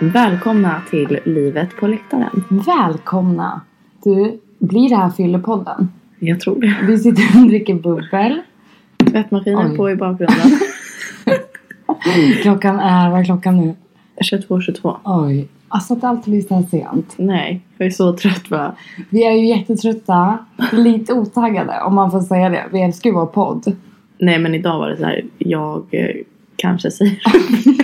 Välkomna till Livet på läktaren. Välkomna! Du, blir det här Fyllepodden? Jag tror det. Vi sitter och dricker bubbel. Tvättmaskinen Oj. på i bakgrunden. Klockan är, vad är klockan nu? 22, 22. Oj, alltså att det alltid blir så här sent. Nej, jag är så trött va? Vi är ju jättetrötta, lite otaggade om man får säga det. Vi älskar ju vår podd. Nej men idag var det så här. jag eh, kanske säger det.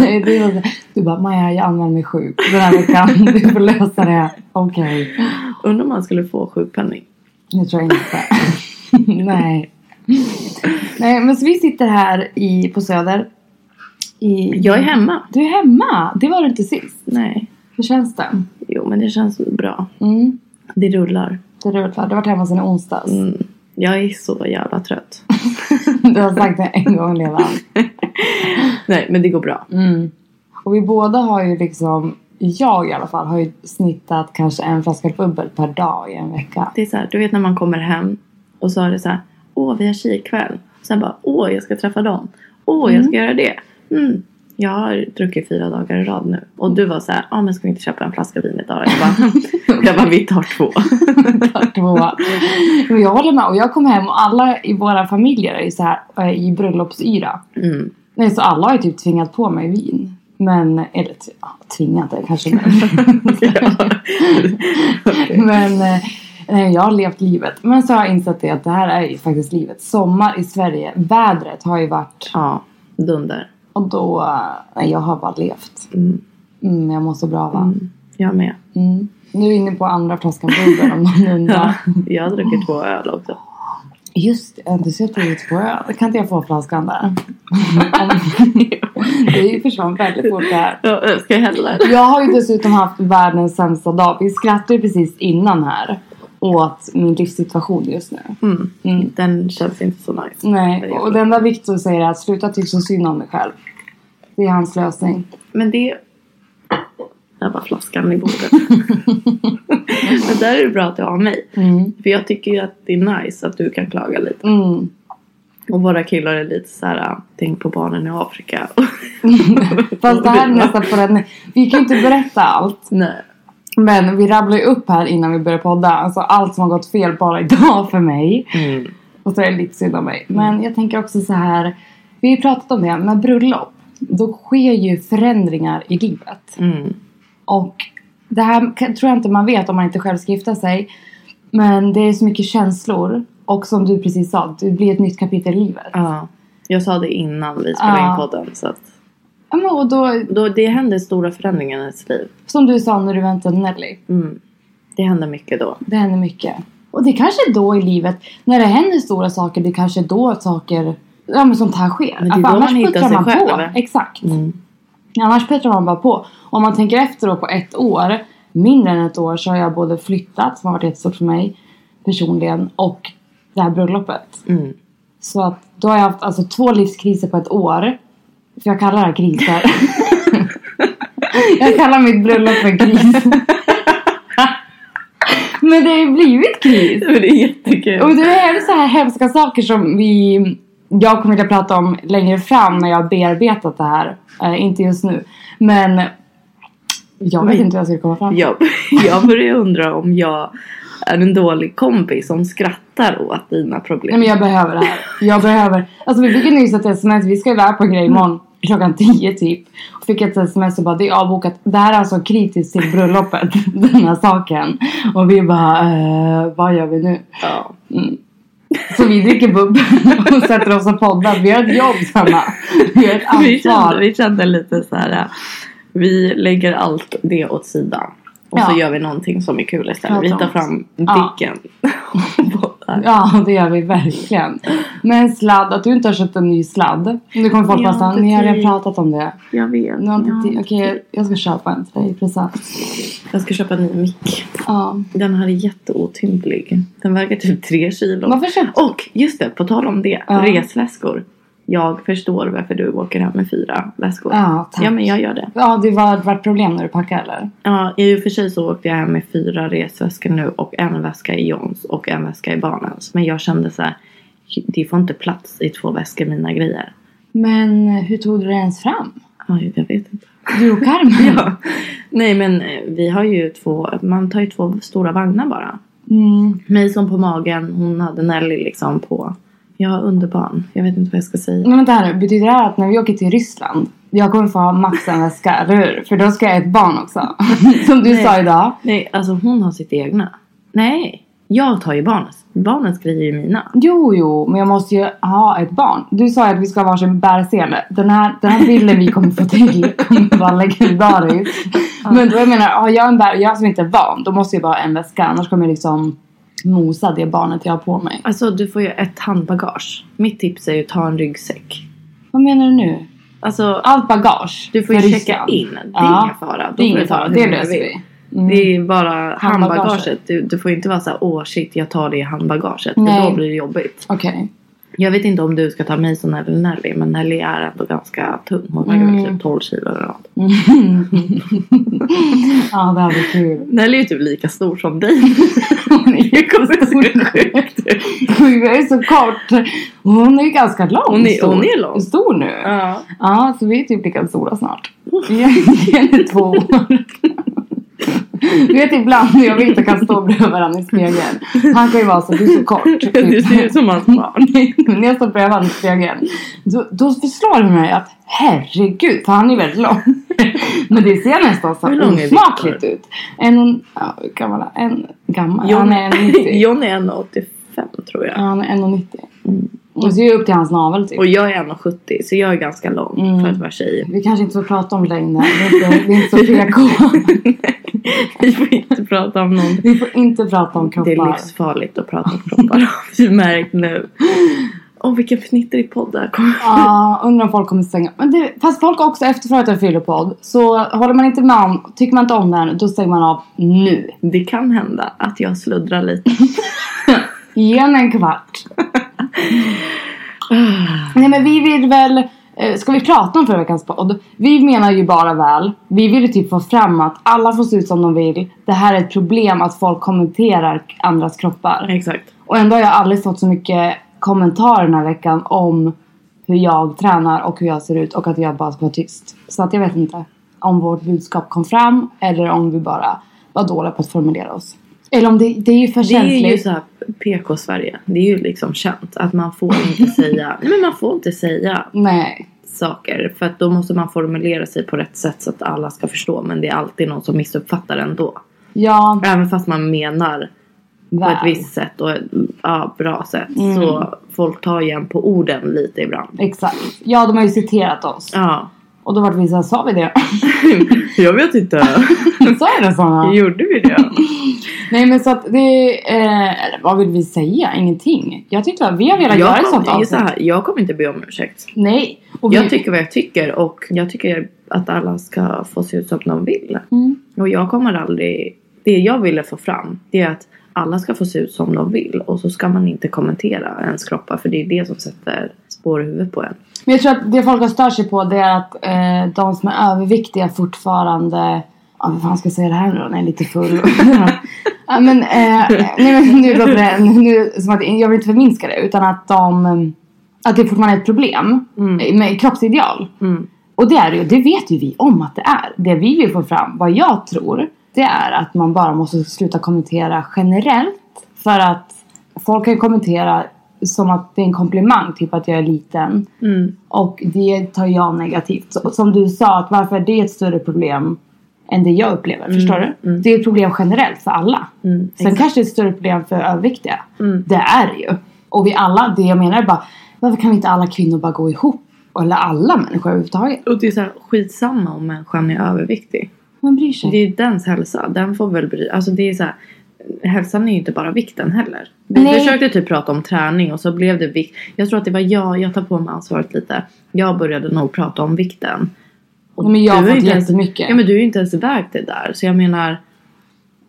Nej, det var så här- Du bara Maja, jag anmäler mig sjuk den här veckan. Du får lösa det. Okej, Undrar om man skulle få sjukpenning. det tror jag inte. Nej. Nej, men så vi sitter här i, på Söder. I, Jag är hemma. Du är hemma! Det var du inte sist. Nej. Hur känns det? Jo men det känns bra. Mm, Det rullar. det är roligt. Du har varit hemma sedan i onsdags. Mm. Jag är så jävla trött. Du har sagt det en gång redan. Nej men det går bra. Mm. Och vi båda har ju liksom, jag i alla fall, har ju snittat kanske en flaska bubbel per dag i en vecka. Det är så här, du vet när man kommer hem och så är det så här, åh vi har tjejkväll. Sen bara, åh jag ska träffa dem. Åh jag ska göra det. Mm. Jag har druckit fyra dagar i rad nu. Och du var så här, ja men ska vi inte köpa en flaska vin idag då? jag bara, jag bara, vi tar två. Två. Men jag håller med. Och jag kom hem och alla i våra familjer är ju så här eh, i bröllopsyra. Mm. Nej, så alla har ju typ tvingat på mig vin. Men, eller t- ja, tvingat det kanske men. Ja. Okej. Men eh, nej, jag har levt livet. Men så har jag insett det att det här är ju faktiskt livet. Sommar i Sverige. Vädret har ju varit. Ja, dunder. Och då, eh, nej jag har bara levt. Mm. Mm, jag mår så bra va? Mm. Jag med. Mm. Nu är vi inne på andra flaskan bubbel om någon Ja. undrar. Jag har druckit två öl också. Just det, jag har inte sett ut på öl. Kan inte jag få flaskan där? det försvann väldigt fort det här. Ja, Ska jag hälla? Jag har ju dessutom haft världens sämsta dag. Vi skrattade ju precis innan här. Åt min livssituation just nu. Mm. Mm. Den känns inte så nice. Nej, och det enda Viktor säger är att sluta tycka så synd om dig själv. Det är hans lösning. Men det... Där var flaskan i bordet. Men där är det bra att du har mig. Mm. För jag tycker ju att det är nice att du kan klaga lite. Mm. Och våra killar är lite så här, äh, tänk på barnen i Afrika. Fast det här är nästan på den... Vi kan ju inte berätta allt. Nej. Men vi rabblar ju upp här innan vi börjar podda. Alltså allt som har gått fel bara idag för mig. Mm. Och så är det lite synd om mig. Men jag tänker också så här. Vi har ju pratat om det, men bröllop. Då sker ju förändringar i livet. Mm. Och det här kan- tror jag inte man vet om man inte själv ska gifta sig. Men det är så mycket känslor. Och som du precis sa, det blir ett nytt kapitel i livet. Ja. Jag sa det innan vi spelade Ja. in podden. Så att, Ja, men och då, då, det händer stora förändringar i ens liv. som du sa när du väntade Nelly. Mm. Det händer mycket då. Det händer mycket. Och det kanske är då i livet, när det händer stora saker, det kanske är då saker ja, men sånt här sker. Men det är Att då annars man hittar puttrar sig man själv, på. eller? Exakt. Mm. Annars petar man bara på. Om man tänker efter då på ett år, mindre än ett år, så har jag både flyttat, som har varit jättestort för mig personligen, och det här bröllopet. Mm. Så att då har jag haft alltså två livskriser på ett år. För jag kallar det här kriser. jag kallar mitt bröllop för kris. Men det har ju blivit kris. Men det är jättekul. Och det är så här hemska saker som vi, jag kommer vilja prata om längre fram när jag har bearbetat det här. Eh, inte just nu. Men jag vet Men- inte hur jag ska komma fram. Jag, jag börjar undra om jag är en dålig kompis som skrattar åt dina problem. Nej men jag behöver det här. Jag behöver. Alltså vi fick ju nyss ett sms. Vi ska iväg på en grej imorgon. Klockan 10 typ. Och fick ett sms och bara det är avbokat. Det här är alltså kritiskt till bröllopet. Den här saken. Och vi bara eh, vad gör vi nu? Ja. Så vi dricker bubbel och sätter oss och poddar. Vi har ett jobb Sanna. Vi har ett Vi, kände, ansvar. vi kände lite så här. äh, Vi lägger allt det åt sidan. Och så Ja. gör vi någonting som är kul istället. Vi Prata om tar oss. fram Ja. dicken. och bottnar. Ja det gör vi verkligen. Men sladd, att du inte har köpt en ny sladd. Nu kommer folk Jag bara har säga, inte ni har redan tid." pratat om det. jag vet. Nu har inte Ja. tid. Okej jag ska köpa en till dig i present. Jag ska köpa en ny mick. Ja. Den här är jätteotymplig. Den väger typ tre kilo. Varför köpte Och just det, på tal om det. Ja. Resväskor. Jag förstår varför du åker hem med fyra väskor. Ja, tack. ja men jag gör det. Ja, det var varit problem när du packade eller? Ja, i och för sig så åkte jag hem med fyra resväskor nu och en väska i Johns och en väska i barnens. Men jag kände så här, det får inte plats i två väskor mina grejer. Men hur tog du det ens fram? Ja, jag vet inte. Du och Carmen? Ja. Nej men eh, vi har ju två, man tar ju två stora vagnar bara. Mm. Mig som på magen, hon hade Nelly liksom på. Jag har underbarn, jag vet inte vad jag ska säga. Men vänta här nu, betyder det här att när vi åker till Ryssland jag kommer få ha max en väska, eller hur? För då ska jag ha ett barn också. Som du sa idag. Nej, alltså hon har sitt egna. Nej, jag tar ju barnens. Barnens grejer är ju mina. Jo, jo, men jag måste ju ha ett barn. Du sa ju att vi ska ha varsin bärsele. Den här, den här bilden vi kommer få till kommer vara legendarisk. Men då jag menar, har jag en bär, jag som inte är van, då måste jag bara ha en väska. Annars kommer jag liksom mosa det barnet jag har på mig. Alltså du får ju ett handbagage. Mitt tips är ju ta en ryggsäck. Vad menar du nu? Alltså Allt bagage. Du får ju för checka Ryssland. in. Det är Ja. ingen fara. Då Det är får du ingen ta fara, det hur du löser vill. vi. Mm. Det är bara Handbagaget. handbagaget. Du, du får ju inte vara såhär, åh shit jag tar det i handbagaget. För Nej. då blir det jobbigt. Okej. Jag vet inte om du ska ta Mason eller Nelly. Men Nelly är ändå ganska tung. Hon väger Mm. väl typ 12 kilo eller något. Ja, det här blir kul. Nelly är ju typ lika stor som dig. Hon är ju Det kommer se sjukt ut. Gud, jag är så kort. Hon är ju ganska lång. Hon är- stor. hon är lång. Stor nu. Ja. Ja. så vi är typ lika stora snart. Egentligen är två år. Du vet ibland när jag och Viktor kan stå bredvid varandra i spegeln. Han kan ju vara så, du är så kort. typ. Du ser ut som hans barn. Men när jag står bredvid honom i spegeln då, då förslår det mig att herregud, för han är väldigt lång. Men det ser nästan så Hur lång är osmakligt ut. En, ja, hur gammal, är han? en gammal, John, han är 1,90. John är 1,85 tror Ja, jag. han är 1,90. Mm. Och så är jag upp till hans navel typ. Och jag är 1,70 så jag är ganska lång Mm. för att vara tjej. Vi kanske inte får prata om längden. Det är inte- det är inte så PK. Vi får inte prata om någonting. Vi får inte prata om Det är kroppar. livsfarligt att prata om kroppar har vi märkt nu. Åh vilken fnittrig podd det här kommer Ja, undrar om folk kommer stänga. Men det, fast folk har också efterfrågat en fyllepodd. Så håller man inte med om, tycker man inte om den, då stänger man av nu. Det kan hända att jag sluddrar lite. Ge henne en kvart. Nej men vi vill väl, eh, ska vi prata om förra veckans podd? Vi menar ju bara väl. Vi vill ju typ få fram att alla får se ut som de vill. Det här är ett problem att folk kommenterar andras kroppar. Exakt. Och ändå har jag aldrig fått så mycket kommentarer den här veckan om hur jag tränar och hur jag ser ut och att jag bara ska vara tyst. Så att jag vet inte om vårt budskap kom fram eller om vi bara var dåliga på att formulera oss. Eller om det, det är ju för Det är ju känsligt. så här PK-Sverige. Det är ju liksom känt att man får inte säga, nej men man får inte säga Nej. saker för att då måste man formulera sig på rätt sätt så att alla ska förstå men det är alltid någon som missuppfattar ändå. Ja, Även fast man menar på väl. ett visst sätt och ett ja, bra sätt så folk tar igen på orden lite ibland. Exakt. Ja, de har ju citerat oss. Ja. Och då vart vi såhär, sa vi det? Jag vet inte. sa jag det såna? Gjorde vi det? Nej men så att det, eh, eller vad vill vi säga? Ingenting. Jag tyckte att vi har velat göra ett sånt kommer, avsnitt. så här, jag kommer inte be om ursäkt. Nej. Och vi, Jag tycker vad jag tycker och jag tycker att alla ska få se ut som de vill. Mm. Och jag kommer aldrig... Det jag ville få fram det är att alla ska få se ut som de vill och så ska man inte kommentera ens kroppar för det är det som sätter spår i huvudet på en. Men jag tror att det folk har stört sig på det är att eh, de som är överviktiga fortfarande Ja, vad fan ska jag säga det här nu då? Nej, lite full. ja, men, eh, nej, men nu låter det nu, som att jag vill inte förminska det utan att de Att det fortfarande är ett problem eh, med kroppsideal. Mm. Och det är det ju, det vet ju vi om att det är. Det vi vill få fram, vad jag tror, det är att man bara måste sluta kommentera generellt. För att folk kan kommentera som att det är en komplimang, typ att jag är liten. Mm. Och det tar jag negativt. Så, som du sa, att varför är det ett större problem än det jag upplever? Mm. Förstår du? Det är ett problem generellt för alla. Sen kanske det är ett större problem för överviktiga. Mm. Det är det ju. Och vi alla, det jag menar är bara, varför kan vi inte alla kvinnor bara gå ihop? Eller alla människor överhuvudtaget. Och det är så här, skitsamma om människan är överviktig. Man bryr sig. Det är ju dens hälsa. Den får väl bry Alltså det är så här, Hälsan är ju inte bara vikten heller. Vi Nej. försökte typ prata om träning och så blev det vikt. Jag tror att det var jag, jag tar på mig ansvaret lite. Jag började nog prata om vikten. Och Nej, men jag har du är fått inte ens- jättemycket. Ja men du är ju inte ens iväg till där. Så jag menar,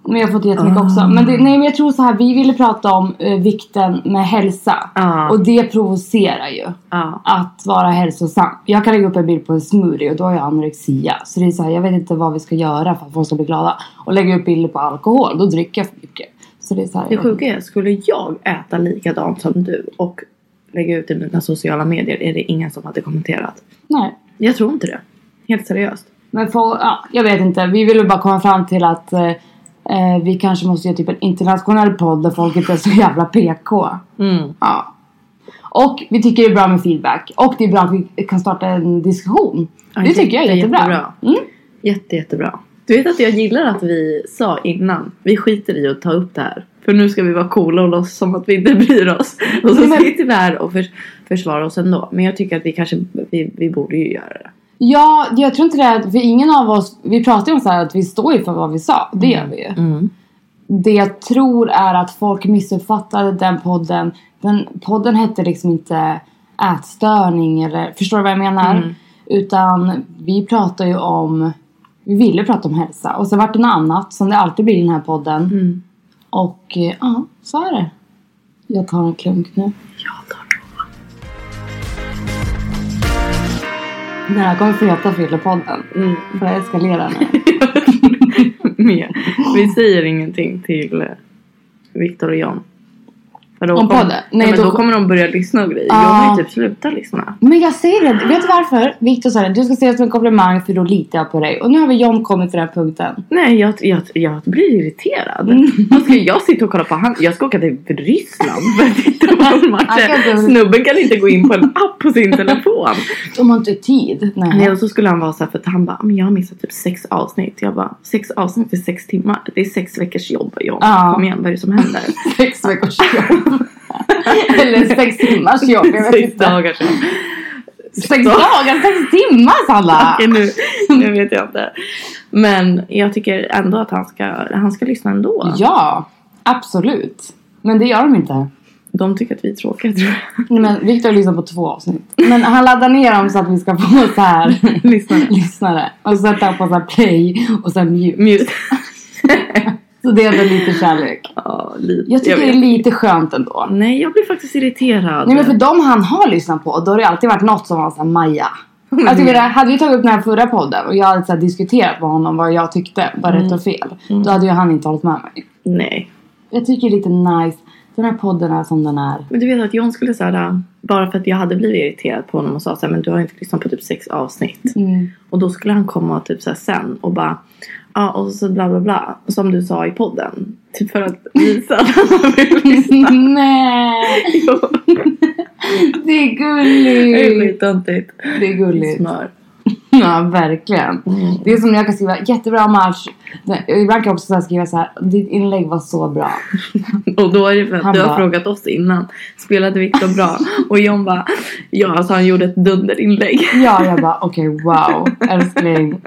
Men jag har fått jättemycket Ah. också. Men, det, nej, men jag tror så här, vi ville prata om eh, vikten med hälsa. Ah. Och det provocerar ju. ja. Att vara hälsosam. Jag kan lägga upp en bild på en smoothie och då har jag anorexia. Så det är så här, jag vet inte vad vi ska göra för att folk ska bli glada. Och lägga upp bilder på alkohol, då dricker jag för mycket. Så det är så här, Det jag vet inte. sjuka är, skulle jag äta likadant som du och lägga ut i mina sociala medier är det ingen som hade kommenterat. Nej. Jag tror inte det. Helt seriöst. Men folk, ja, jag vet inte. Vi ville bara komma fram till att eh, eh, vi kanske måste göra typ en internationell podd där folk inte är så jävla PK. Mm. Ja. Och vi tycker det är bra med feedback. Och det är bra att vi kan starta en diskussion. Ja, det tycker jag är jätte- jättebra. jättebra. Mm. Jätte, jättebra. Du vet att jag gillar att vi sa innan, vi skiter i att ta upp det här. För nu ska vi vara coola och låtsas som att vi inte bryr oss. Och så Nej, men- sitter vi här och förs- försvarar oss ändå. Men jag tycker att vi kanske, vi, vi borde ju göra det. Ja, jag tror inte det är, för ingen av oss, vi pratar ju om så här att vi står ju för vad vi sa. Det gör vi ju. Det jag tror är att folk missuppfattade den podden. Den podden hette liksom inte ätstörning eller, förstår du vad jag menar? Utan vi pratar ju om, vi ville prata om hälsa. Och så vart det något annat som det alltid blir i den här podden. Och eh, ja, så är det. Jag tar en klunk nu. Den här kommer få heta Fyllepodden. Mm. För jag eskalerar nu. Mer. Vi säger ingenting till eh, Viktor och John. För då Om kommer- podden? Nej, Nej, men då, då- Ah. kommer de börja lyssna och grejer. Ja. Jag har ju typ slutat lyssna. Men jag säger det, vet du varför? Viktor sa det, du ska säga det som en komplimang för då litar jag på dig. Och nu har vi John kommit till den här punkten. Nej, jag, jag, jag blir irriterad. Mm. Vad Ska jag sitta och kolla på han? Jag ska åka till Ryssland för att titta på en match. Han kan inte- Snubben kan inte gå in på en app på sin telefon. De har inte tid. Nej. Nej, och så skulle han vara så här för att han bara, men jag har missat typ sex avsnitt. Jag bara, sex avsnitt är sex timmar. Det är sex veckors jobb. Jag, Ja. Kom igen, vad är det som händer? Sex veckors jobb. Eller sex timmars jobb, jag vet sex inte. dagar sedan. Sex dagar, sex timmar Sanna! Okej, nu, nu vet jag inte. Men jag tycker ändå att han ska, han ska lyssna ändå. Ja, absolut. Men det gör de inte. De tycker att vi är tråkiga tror jag. Nej, men Viktor lyssnar på två avsnitt. Men han laddar ner dem så att vi ska få så här Lyssnare. lyssnare. Och sätta på så här play och sen mute. Mute. Så det är ändå lite kärlek. Ja, lite. Jag tycker det är vet. lite skönt ändå. Nej, jag blir faktiskt irriterad. Nej men för de han har lyssnat på, då har det alltid varit något som var såhär Maja. Jag tycker det, hade vi tagit upp den här förra podden och jag hade så här diskuterat med honom vad jag tyckte var rätt och fel. Då hade ju han inte hållit med mig. Nej. Jag tycker det är lite nice. Den här podden är som den är. Men du vet att John skulle säga "Äh, bara för att jag hade blivit irriterad på honom och sa så här, men du har inte lyssnat på typ sex avsnitt. Mm. Och då skulle han komma typ så här sen och bara, ja och så bla bla bla. Som du sa i podden. Typ för att visa att han vill lyssna. Nej, Jo, det är det är gulligt. lite töntigt. Mm. Det är gulligt. Smör. Ja, verkligen. Det är som när jag kan skriva jättebra match. Nej, Ibland kan jag också så här skriva så här. Ditt inlägg var så bra. Och då är det för att Han du har bara- frågat oss innan. Spelade Viktor bra? Och John bara, ja alltså han gjorde ett dunderinlägg. Ja, jag bara okej wow älskling.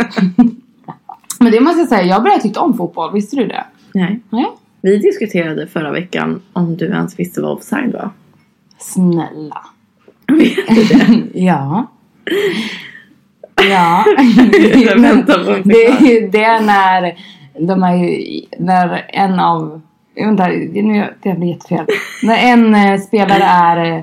Men det måste jag säga, jag började tycka om fotboll. Visste du det? Nej, Nej. vi Vi diskuterade förra veckan om du ens visste vad offside var. Snälla. Vet du det? Ja. Ja. Jag väntar på en förklaring. det, det är när de är, när en av, vänta, det- nu det blir jättefel. När en eh, spelare är, eh,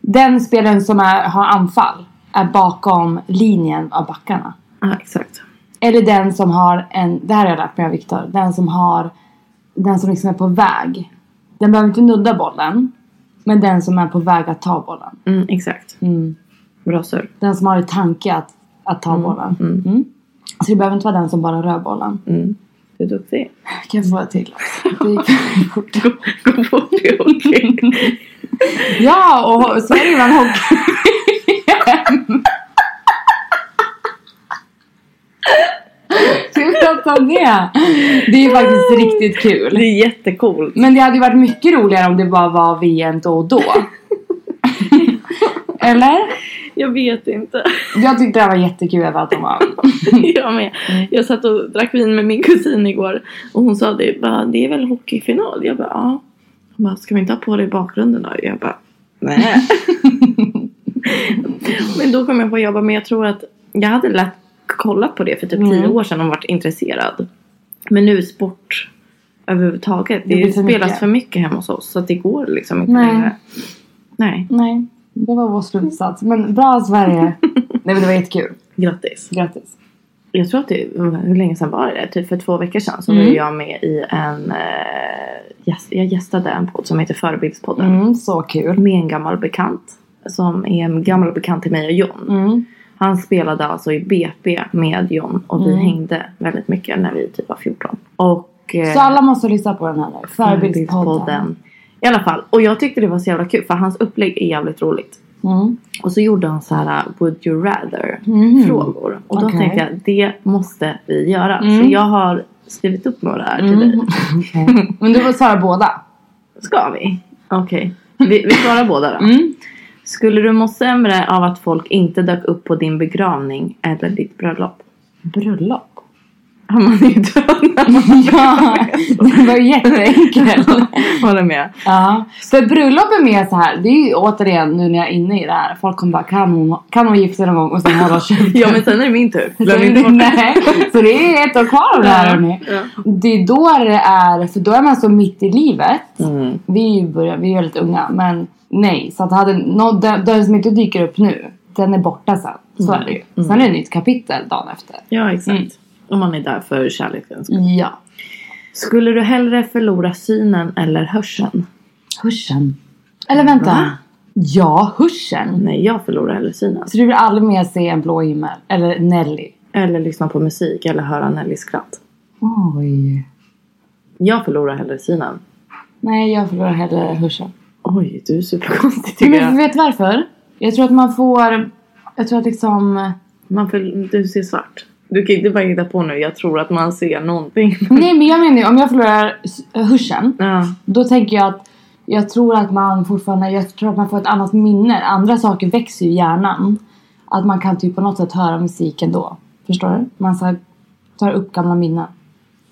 den spelaren som är, har anfall är bakom linjen av backarna. Ja, exakt. Eller den som har en, det här har jag lärt mig av Viktor, den som har, den som liksom är på väg. Den behöver inte nudda bollen, men den som är på väg att ta bollen. Mm, exakt. Bra surr. Den som har i tanke att, att ta bollen. Mm. Så det behöver inte vara den som bara rör bollen. Mm. Du är duktig. Kan jag få ett till? Det gick fort. Gå, gå på det, okej. Ja, och Sverige vann hockey Sluta om det! Det är ju faktiskt riktigt Det kul. är jättecoolt. Men det hade ju varit mycket roligare om det bara var VM då och då. Eller? Jag vet inte. Jag tyckte det här var jättekul över att de vann. jag med. Mm. Jag satt och drack vin med min kusin igår och hon sa det, bara, det är väl hockeyfinal? Jag bara ja. Hon bara, ska vi inte ha på det i bakgrunden då? Jag bara nej. men då kom jag på att jag bara, men jag tror att jag hade lätt kollat på det för typ Mm. tio år sedan och varit intresserad. Men nu sport överhuvudtaget. Det Det, blir för spelas mycket. för mycket hemma hos oss så att det går liksom inte Nej. Mm. längre. Nej, Nej, det var vår slutsats. Men bra Sverige! Nej men det var jättekul. grattis. Grattis. Jag tror att det, hur länge sedan var det? Typ för två veckor sedan så var Mm. jag med i en, eh, gäst- jag gästade en podd som heter Förebildspodden. Mm, så kul. Med en gammal bekant. Som är en gammal bekant till mig och John. Mm. Han spelade alltså i BP med John och vi Mm. hängde väldigt mycket när vi typ var 14. Och, eh, Så alla måste lyssna på den här nu. Förebildspodden. Förebildspodden. I alla fall, och jag tyckte det var så jävla kul för hans upplägg är jävligt roligt. Mm. Och så gjorde han så här uh, would you rather Mhm. frågor. Och då Okej. tänkte jag det måste vi göra. Mm. Så jag har skrivit upp några här till Mm. dig. Okej. Men du får svara båda. Ska vi? Okej. Vi, vi svarar båda då. Mm. Skulle du må sämre av att folk inte dök upp på din begravning eller ditt bröllop? Bröllop? Ja, Man är ju död när man Ja, det var ju jätteenkelt. Håller med. Ja. För bröllop är mer så här. det är ju återigen nu när jag är inne i det här. Folk kommer bara kan hon, kan hon gifta sig någon gång och sen hålla käften. Ja men sen är det min tur. Så, Glöm inte bort det. nej, så det är ett år kvar av det här hörni. Ja. Det är då det är, för då är man så mitt i livet. Mm. Vi, börjar, vi är väldigt unga men nej. Så att hade, no, den, den som inte dyker upp nu, den är borta sen. Mm. Så är det ju. Sen är det ett nytt kapitel dagen efter. Ja exakt. Och man är där för kärlekens skull. Ja. Skulle du hellre förlora synen eller hörseln? Hörseln. Eller vänta. Va? Ja, hörseln. Nej jag förlorar hellre synen. Så du vill aldrig mer se en blå himmel? Eller Nelly? Eller lyssna på musik eller höra Nellys skratt. Oj. Jag förlorar hellre synen. Nej, jag förlorar hellre hörseln. Oj, du är superkonstig tycker Men jag. vet du varför? Jag tror att man får... Jag tror att liksom... Man för, du ser svart. Du kan inte bara hitta på nu, jag tror att man ser någonting. Nej, men jag menar ju om jag förlorar s- hörseln. Ja, Då tänker jag att jag tror att man fortfarande... Jag tror att man får ett annat minne. Andra saker växer ju i hjärnan. Att man kan typ på något sätt höra musiken då. Förstår du? Man så här, tar upp gamla minnen.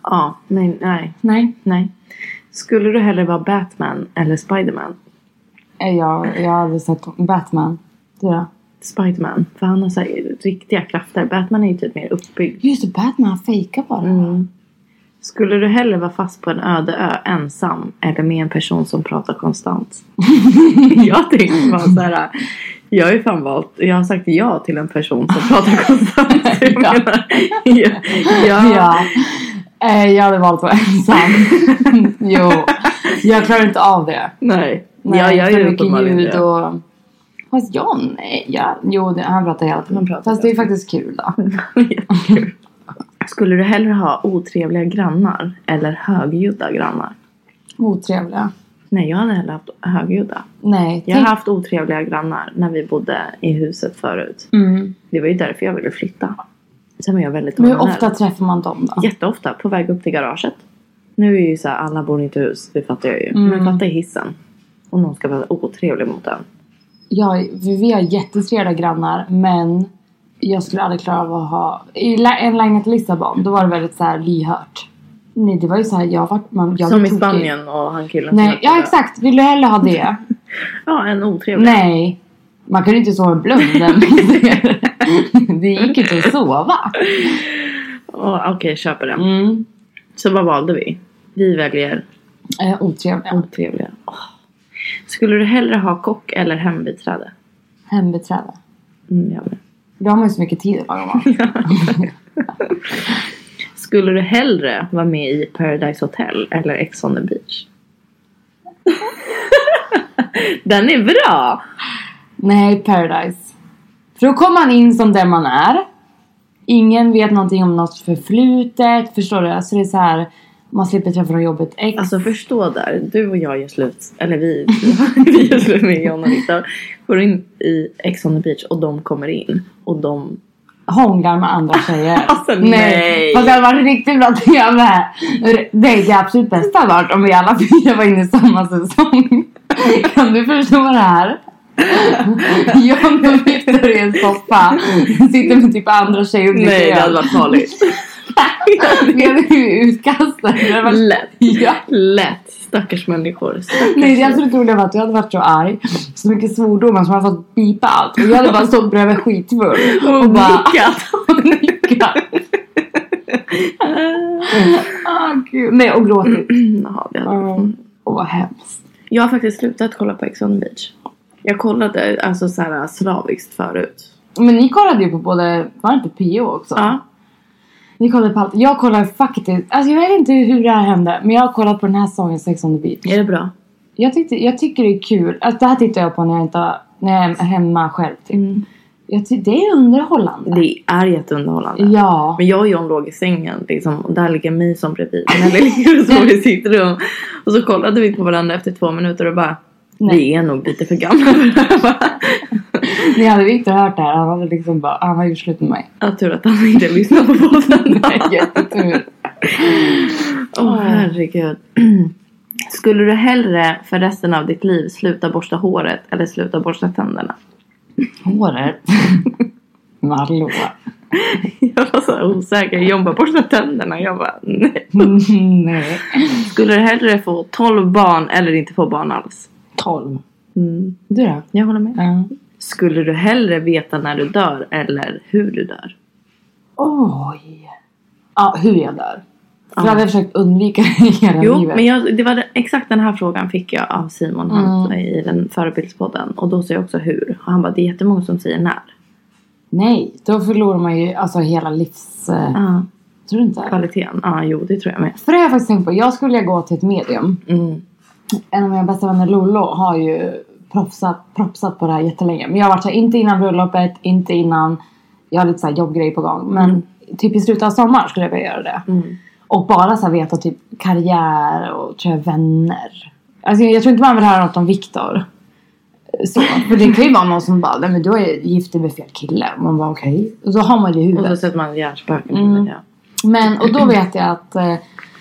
ja nej, nej, Nej. nej. Skulle du hellre vara Batman eller Spiderman? Eh, Jag, jag har aldrig sett Batman. Du då? Spiderman, för han har så här riktiga krafter. Batman är ju typ mer uppbyggd. Just det, Batman han fejkar bara. Mm. Skulle du hellre vara fast på en öde ö ensam eller med en person som pratar konstant? jag tänkte bara så här. Jag har ju fan valt, jag har sagt ja till en person som pratar konstant. Jag Ja. menar, ja. Ja. Ja. Eh, jag hade valt att vara ensam. jo. Jag klarar inte av det. Nej. ja, jag för är ju mycket uppenbarligen ljud det. och... Fast John, nej. Ja. Jo, det, han pratar hela Han tiden. pratar Fast det är hela faktiskt kul då. Jättekul. Skulle du hellre ha otrevliga grannar eller högljudda grannar? Otrevliga. Nej, jag hade hellre haft högljudda. Nej. Jag har haft otrevliga grannar när vi bodde i huset förut. Mm. Det var ju därför jag ville flytta. Sen var jag väldigt Men hur ovänner. ofta träffar man dem då? Jätteofta, på väg upp till garaget. Nu är ju så här, alla bor inte i hus, det fattar jag ju. Mm. Men fatta i hissen. Och någon ska vara otrevlig mot en. Ja, vi vi har jättetrevliga grannar men jag skulle aldrig klara av att ha... I lä- en lägenhet i Lissabon, då var det väldigt så här lyhört. Nej det var ju såhär, jag var... Man, jag Som var i tokig. Spanien och han killen som Nej, öppnade. ja exakt. Vill du hellre ha det? Ja, en otrevlig. Nej. Man kunde inte sova i blunda. det gick inte att sova. Åh, Okej, köper den. Mm. Så vad valde vi? Vi väljer Eh, otrevliga. otrevliga. Åh. Skulle du hellre ha kock eller hembiträde? Hembiträde. Mm, jag med. Då har man ju så mycket tid att laga mat. Skulle du hellre vara med i Paradise Hotel eller Ex on the beach? den är bra! Nej, Paradise. För då kommer man in som den man är. Ingen vet någonting om något förflutet. Förstår du? Alltså det är så här. Man slipper träffa någon jobbigt ex. Alltså förstå där, du och jag gör slut, eller vi, vi gör slut med John och Viktor. Går in i Ex on the beach och de kommer in och de... hånglar med andra tjejer. Alltså, nej. Fast det hade varit riktigt bra att göra med. Det är det absolut bästa hade varit om vi alla fyra var inne i samma säsong. Kan du förstå det här? John och Viktor i en soffa. Sitter med typ andra tjejer och dricker Nej det hade öl. varit farligt. Blev utkastade. Det hade varit- Lätt. Ja. Lätt. Stackars människor. Stackars Nej det absolut roliga var att jag hade varit så arg. Så mycket svordomar som jag hade fått bipa allt. Och jag hade bara stått bredvid skitfull. Och bara- nickat. Och nickat. Ah, gud. Nej och gråtit. Jaha, det hade varit Mm. Åh vad hemskt. Jag har faktiskt slutat kolla på Ex on the beach. Jag kollade alltså så här slaviskt förut. Men ni kollade ju på både, var det inte PO också? Ja. Ni kollade på allt. Jag kollade faktiskt, alltså jag vet inte hur det här hände. Men jag har kollat på den här sången Sex on the beach. Är det bra? Jag, tyckte, jag tycker det är kul. Alltså det här tittar jag på när jag, inte, har- när jag är hemma själv typ. Jag ty- det är underhållande. Mm. Det är jätteunderhållande. Ja. Men jag och John låg i sängen liksom, och där ligger mig som bredvid. När vi ligger och sover i sitt rum. Och så kollade vi på varandra efter två minuter och bara Nej. Vi är nog lite för gamla för det här va?" Ni hade Viktor hört det här. Han hade liksom bara, han har gjort slut med mig. Ja, tur att han inte lyssnar på podden. Jättetur. Åh herregud. Skulle du hellre för resten av ditt liv sluta borsta håret eller sluta borsta tänderna? Håret. Men hallå. Jag var så här osäker. John bara borsta tänderna. Jag bara nej. Mm. Nej. Skulle du hellre få 12 barn eller inte få barn alls? Tolv. Mm. Du då? Jag håller med. Ja. Skulle du hellre veta när du dör eller hur du dör? Oj. Ja, hur jag dör. För jag hade försökt undvika det hela Jo, livet. men jag, det var den, exakt den här frågan fick jag av Simon han, i den förebildspodden. Och då sa jag också hur. Och han bara, det är jättemånga som säger när. Nej, då förlorar man ju alltså hela livs... eh, Ja, Tror du inte? kvaliteten. Ja, jo det tror jag med. För det har jag faktiskt tänkt på. Jag skulle vilja gå till ett medium. Mm. En av mina bästa vänner Lollo har ju propsat, propsat på det här jättelänge. Men jag har varit såhär, inte innan bröllopet, inte innan... Jag har lite såhär jobbgrejer på gång. Men typ i slutet av sommaren skulle jag vilja göra det. Och bara såhär veta typ karriär och tror jag vänner. Alltså jag tror inte man vill höra något om Viktor. Så, för det kan ju vara någon som bara, nej men du är gift dig med fel kille. Man bara okej. Och så har man det i Och huvudet. så sätter man hjärnspöken. Mm. Ja. Men, och då vet jag att eh,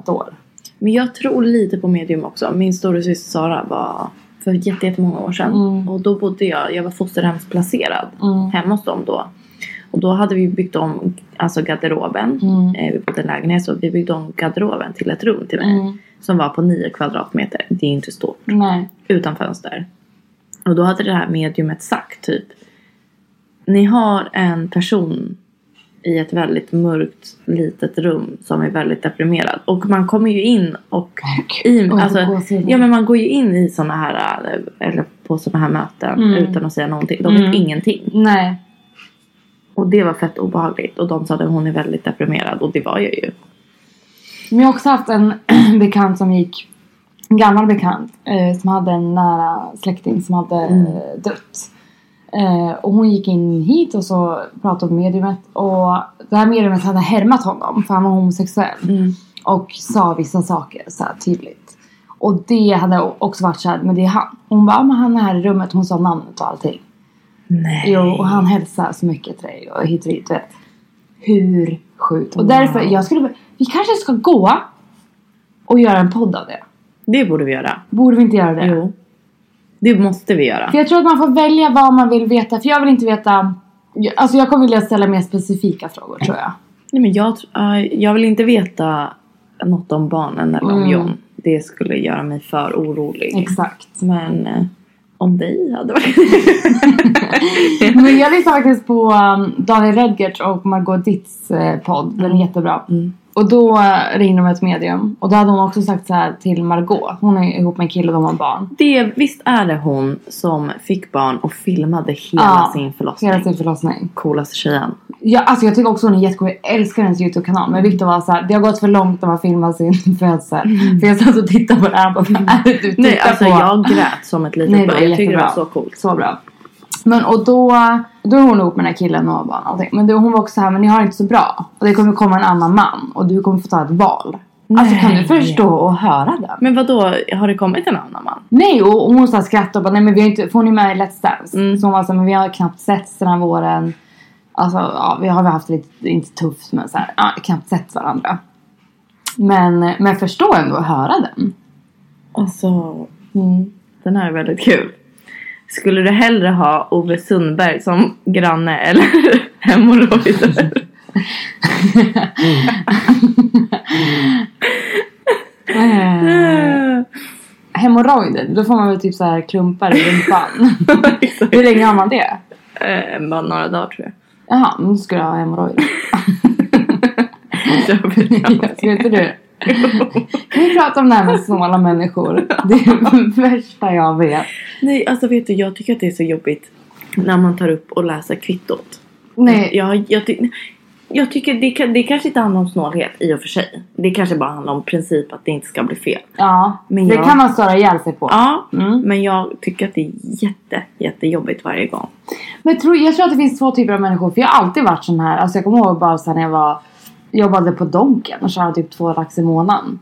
ett år. Men jag tror lite på medium också. Min storasyster Sara var för jätte- jättemånga år sedan. Och då bodde jag, jag var fosterhemsplacerad hemma hos dem då. Och då hade vi byggt om alltså garderoben. Eh, vi bodde i en lägenhet så vi byggde om garderoben till ett rum till mig. Som var på 9 kvadratmeter. Det är inte stort. Nej. Utan fönster. Och då hade det här mediumet sagt typ. Ni har en person i ett väldigt mörkt litet rum som är väldigt deprimerad. Och man kommer ju in och i, Och alltså, gåshud. ja, men man går ju in i sådana här eh, eller på sådana här möten Mm. utan att säga någonting. De vet Mm. ingenting. Nej. Och det var fett obehagligt. Och de sa att hon är väldigt deprimerad och det var jag ju. Men jag har också haft en bekant som gick, en gammal bekant, eh, som hade en nära släkting som hade eh, dött. Eh, och hon gick in hit och så pratade med mediumet och det här mediumet hade härmat honom för han var homosexuell. Och sa vissa saker så här tydligt. Och det hade också varit såhär, men det är han. Hon bara, "Ja, men han är här i rummet. Hon sa namnet och allting. Nej. Jo, och han hälsar så mycket till dig och hit och dit, vet. Hur sjukt. Och därför, jag skulle vi kanske ska gå och göra en podd av det. Det borde vi göra. Borde vi inte göra det? Jo. Det måste vi göra. För jag tror att man får välja vad man vill veta, för jag vill inte veta Alltså jag kommer vilja ställa mer specifika frågor tror jag. Nej, men jag, tr- ja, jag vill inte veta något om barnen eller om Mm. John. Det skulle göra mig för orolig. Exakt. Men eh, om dig hade varit... Men jag lyssnade faktiskt på um, Daniel Redgertz och Margot Ditts eh, podd. Den är jättebra. Och då eh, ringde de ett medium. Och då hade hon också sagt så här till Margot. Hon är ihop med en kille och de har barn. det, visst är det hon som fick barn och filmade hela Ja, sin förlossning? Hela sin förlossning. Coolaste tjejen. Ja, alltså jag tycker också hon är jättecool. Jag älskar hennes Youtube-kanal. Mm. Men Victor var såhär, det har gått för långt när man filmar sin födsel. För jag satt och tittade på det här och bara, vad är det du tittar Mm. Nej, alltså på? jag grät som ett litet Nej, det var barn. Jag tycker det var så jättebra. coolt. Så bra. Men och då, då är hon ihop med den här killen och barn och allting. Men då, hon var också så här, men ni har det inte så bra. Och det kommer komma en annan man och du kommer få ta ett val. Alltså kan du Nej. förstå och höra det? Men vad då har det kommit en annan man? Nej och, och hon så här skrattade och bara, nej men vi har inte, för hon är med i Let's Dance. Mm. Så hon var så här, men vi har knappt sett den här våren. Alltså ja, vi har väl haft det lite, inte tufft men så här, ja, knappt sett varandra. Men, men förstå ändå och höra den. Alltså, Mm. den här är väldigt kul. Skulle du hellre ha Ove Sundberg som granne eller hemorrojder? Eh, hemorrojder, då får man väl typ så här klumpar i rumpan. Exakt. Hur länge har man det? Eh, Bara några dagar tror jag. Jaha, men då skulle jag ha hemorrojder. Så jag blir gammal. Ska inte du? Kan vi prata om det här med snåla människor? Det är det värsta jag vet. Nej, alltså vet du, jag tycker att det är så jobbigt när man tar upp och läser kvittot. Nej, Jag, jag, ty- jag tycker det, kan, det kanske inte handlar om snålhet i och för sig. Det kanske bara handlar om princip att det inte ska bli fel. ja. Men det jag- kan man störa ihjäl sig på. Ja, Mm. men jag tycker att det är jätte, jättejobbigt varje gång. Men jag tror, jag tror att det finns två typer av människor. För jag har alltid varit sån här. Alltså jag kommer ihåg bara sen jag var, jobbade på Donken och tjänade typ två lax i månaden.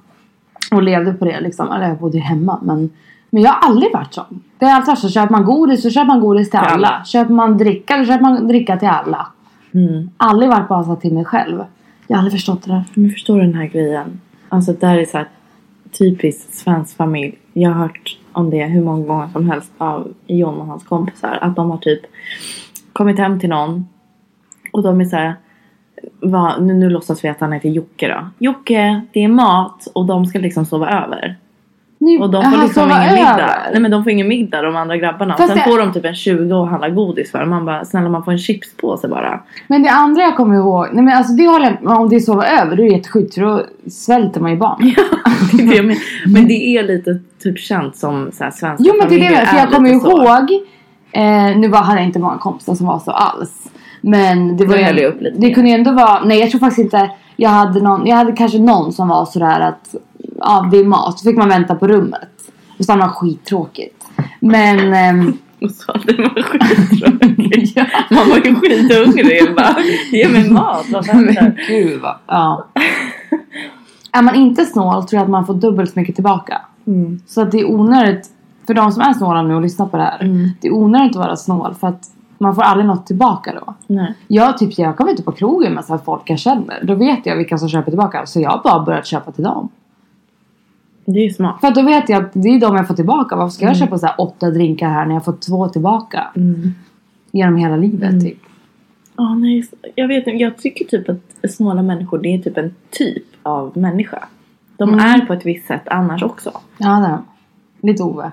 Och levde på det liksom. Eller jag bodde ju hemma men. Men jag har aldrig varit sån. Det har alltid varit så. Köper man godis så köper man godis till Till alla. alla. Köper man dricka så köper man dricka till alla. Mm. Aldrig varit bara så här till mig själv. Jag har aldrig förstått det där. Men förstår du den här grejen? Alltså det här är så här typiskt svensk familj. Jag har hört om det hur många gånger som helst av John och hans kompisar. Att de har typ kommit hem till någon och de är så här. Va, nu, nu låtsas vi att han heter Jocke då. Jocke, det är mat och de ska liksom sova över. Nu, Och de får aha, liksom sova ingen middag. över. Nej men de får ingen middag de andra grabbarna. Fast Sen det- får de typ en 20 och handlar godis för. Man bara, snälla man får en chipspåse bara. Men det andra jag kommer ihåg. Nej men alltså det håller jag Om det är sova över då är det jättesjukt. För då svälter man ju barn. Det är det jag menar. men det är lite typ känt som så här, svenska Jo men det är det jag familjer menar, för jag kommer lite så. ihåg eh, Nu var, hade jag inte många kompisar som var så alls Men det var Nu ju- höll jag upp lite Det mer. kunde ju ändå vara Nej jag tror faktiskt inte Jag hade, någon, jag hade kanske någon som var sådär att Ja vid mat så fick man vänta på rummet Och så var skittråkigt. Men... ehm, Och sa att det var skittråkigt. Man var ju skithungrig. Jag bara, ge mig mat. Vad Men händer? gud vad... Ja. är man inte snål tror jag att man får dubbelt så mycket tillbaka. Mm. Så att det är onödigt, för de som är snåla nu och lyssnar på det här. Det är onödigt att vara snål för att man får aldrig något tillbaka då. Nej. Jag typ, jag kommer inte på krogen med så här folk jag känner. Då vet jag vilka som köper tillbaka. Så jag har bara börjat köpa till dem. Det är ju smart. För att då vet jag att det är de jag får tillbaka. Varför ska jag köpa så här åtta drinkar här när jag får två tillbaka? Genom hela livet typ. Ja, nej, jag vet inte. Jag tycker typ att snåla människor det är typ en typ av människa. De Mm. är på ett visst sätt annars också. Ja, det är de. Lite Ove.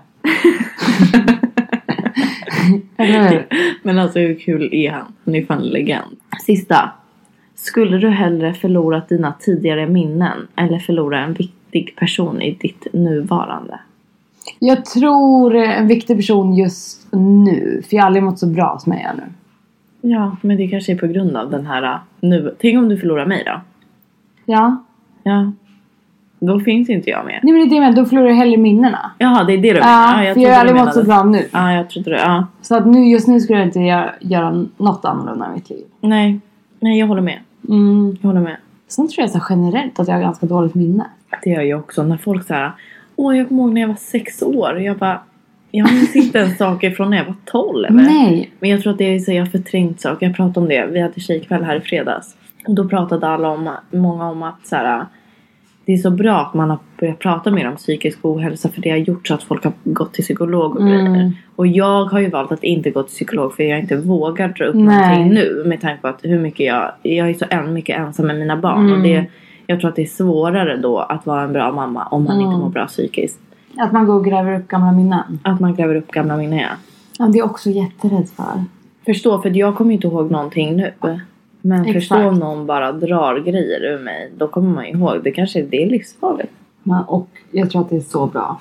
Eller hur? Men alltså hur kul är han? Han är ju fan en legend. Sista. Skulle du hellre förlora dina tidigare minnen eller förlora en viktig person i ditt nuvarande? Jag tror eh, en viktig person just nu. För jag har aldrig mått så bra som jag gör nu. Ja, men det kanske är på grund av den här uh, nu. Tänk om du förlorar mig då? Ja. Ja. Då finns inte jag med. Nej men det är det jag menar. Då förlorar jag hellre minnena. Jaha, det är det du Ja, menar. för jag trodde har du aldrig mått så menade- bra nu. Ja, jag trodde det. Ja. Så att nu, just nu skulle jag inte göra, göra något annorlunda i mitt liv. Nej. Nej, jag håller med. Mm. Jag håller med. Sen tror jag så här generellt att jag har ganska dåligt minne. Det gör jag också. När folk säger Åh, jag kommer ihåg när jag var sex år. Jag bara... Jag minns inte ens saker från när jag var tolv. eller?" Nej. Men jag tror att det är så jag har förträngt saker. Jag pratade om det. Vi hade tjejkväll här i fredags. Och då pratade alla om, många om att så här, det är så bra att man har börjat prata mer om psykisk ohälsa för det har gjort så att folk har gått till psykolog och Mm. grejer. Och jag har ju valt att inte gå till psykolog för jag inte vågar dra upp Nej. någonting nu med tanke på att hur mycket jag, jag är så en, mycket ensam med mina barn Mm. och det, jag tror att det är svårare då att vara en bra mamma om man inte Mm. mår bra psykiskt. Att man går och gräver upp gamla minnen. Att man gräver upp gamla minnen ja. Ja, det är jag också jätterädd för. Förstå, för jag kommer ju inte ihåg någonting nu. Men Exakt. förstå om någon bara drar grejer ur mig, då kommer man ju ihåg. Det kanske det är livsfarligt. Men, och jag tror att det är så bra.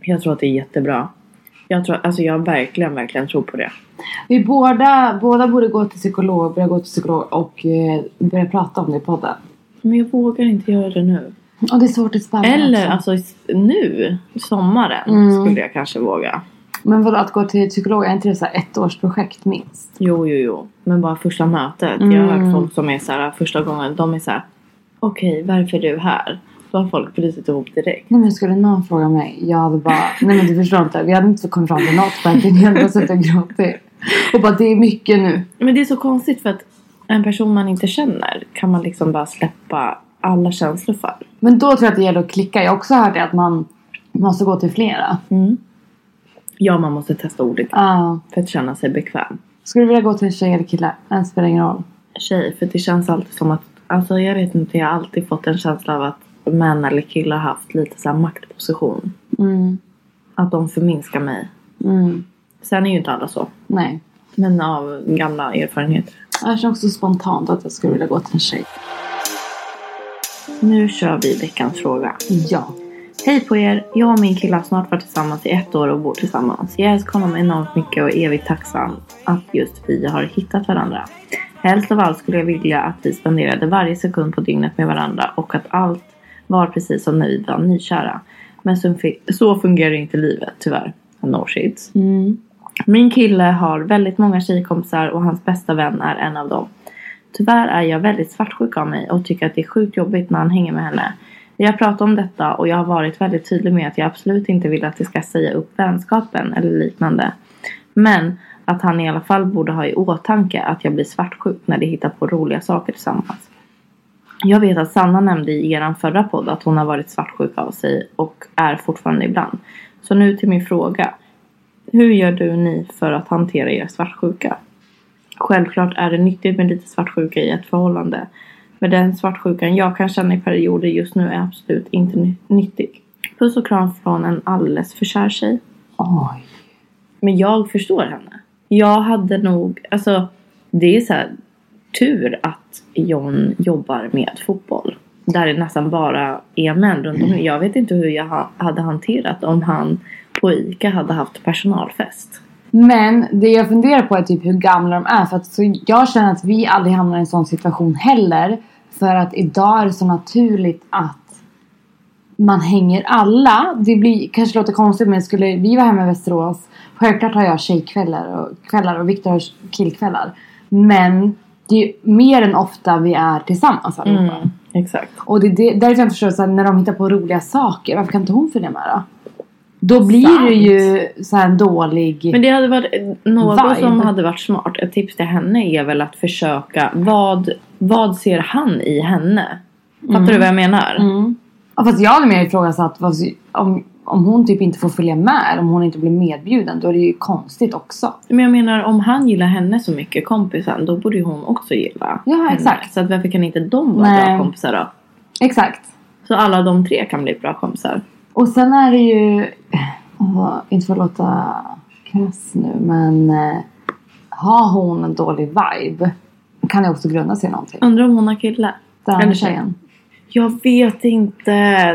Jag tror att det är jättebra. Jag tror, alltså jag verkligen, verkligen tror på det. Vi båda, båda borde gå till psykolog, börja gå till psykolog och eh, börja prata om det i podden. Men jag vågar inte göra det nu. Och det är svårt i Spanien Eller också. alltså s- nu, sommaren, Mm. skulle jag kanske våga. Men vadå, att gå till psykolog, är inte det så här ett års projekt minst? Jo, jo, jo. Men bara första mötet. Jag har hört folk som är så här första gången, de är så här. Okej, varför är du här? Då har folk brutit ihop direkt. Nej men skulle någon fråga mig, jag hade bara, nej men du förstår inte, vi hade inte kommit fram till något verkligen, jag hade bara suttit och gråtit. Och bara, det är mycket nu. Men det är så konstigt för att en person man inte känner kan man liksom bara släppa alla känslor för. Men då tror jag att det gäller att klicka, jag har också hört det att man måste gå till flera. Ja, man måste testa olika Ja. för att känna sig bekväm. Skulle du vilja gå till en tjej eller kille? Det spelar ingen roll. Tjej, för det känns alltid som att, alltså jag vet inte, jag har alltid fått en känsla av att män eller killar har haft lite så här maktposition. Mm. Att de förminskar mig. Mm. Sen är ju inte alla så. Nej. Men av gamla erfarenheter. Jag känner också spontant att jag skulle vilja gå till en tjej. Nu kör vi veckans fråga. Ja. Hej på er! Jag och min kille har snart varit tillsammans i ett år och bor tillsammans. Jag älskar honom enormt mycket och är evigt tacksam att just vi har hittat varandra. Helst av allt skulle jag vilja att vi spenderade varje sekund på dygnet med varandra och att allt var precis som när vi var nykära. Men så fi- så fungerar inte livet tyvärr. No shit. Mm. Min kille har väldigt många tjejkompisar och hans bästa vän är en av dem. Tyvärr är jag väldigt svartsjuk av mig och tycker att det är sjukt jobbigt när han hänger med henne. Vi har pratat om detta och jag har varit väldigt tydlig med att jag absolut inte vill att vi ska säga upp vänskapen eller liknande. Men att han i alla fall borde ha i åtanke att jag blir svartsjuk när de hittar på roliga saker tillsammans. Jag vet att Sanna nämnde i eran förra podd att hon har varit svartsjuk av sig och är fortfarande ibland. Så nu till min fråga. Hur gör du ni för att hantera er svartsjuka? Självklart är det nyttigt med lite svartsjuka i ett förhållande. Men den svartsjukan jag kan känna i perioder just nu är absolut inte ny- nyttig. Puss och kram från en alldeles förkär tjej. Oj. Men jag förstår henne. Jag hade nog, alltså det är så här tur att John jobbar med fotboll. Där det nästan bara är män runt Mm. omkring. Jag vet inte hur jag ha, hade hanterat om han på ICA hade haft personalfest. Men det jag funderar på är typ hur gamla de är. För att så jag känner att vi aldrig hamnar i en sån situation heller. För att idag är det så naturligt att man hänger alla. Det blir, kanske låter konstigt men skulle vi vara hemma i Västerås. Självklart har jag tjejkvällar och, kvällar och Viktor har killkvällar. Men det är ju mer än ofta vi är tillsammans allihopa. Mm. Exakt. Och det, det, därför jag inte förstår så här, när de hittar på roliga saker, varför kan inte hon följa med då? Då blir Sant. det ju så här en dålig... Men det hade varit något Vibe. som hade varit smart. Ett tips till henne är väl att försöka. Vad, vad ser han i henne? Fattar du vad jag menar? Mm. Ja, fast jag hade mer ifrågasatt vad, om, om hon typ inte får följa med, eller om hon inte blir medbjuden, då är det ju konstigt också. Men jag menar om han gillar henne så mycket, kompisen, då borde ju hon också gilla Ja, henne. exakt. Så att varför kan inte de vara Nej. bra kompisar då? Exakt. Så alla de tre kan bli bra kompisar. Och sen är det ju, åh, inte för att låta krass nu, men eh, har hon en dålig vibe kan det också grunda sig i någonting. Undrar om hon har kille? Den Eller Eller tjej. tjejen. Jag vet inte.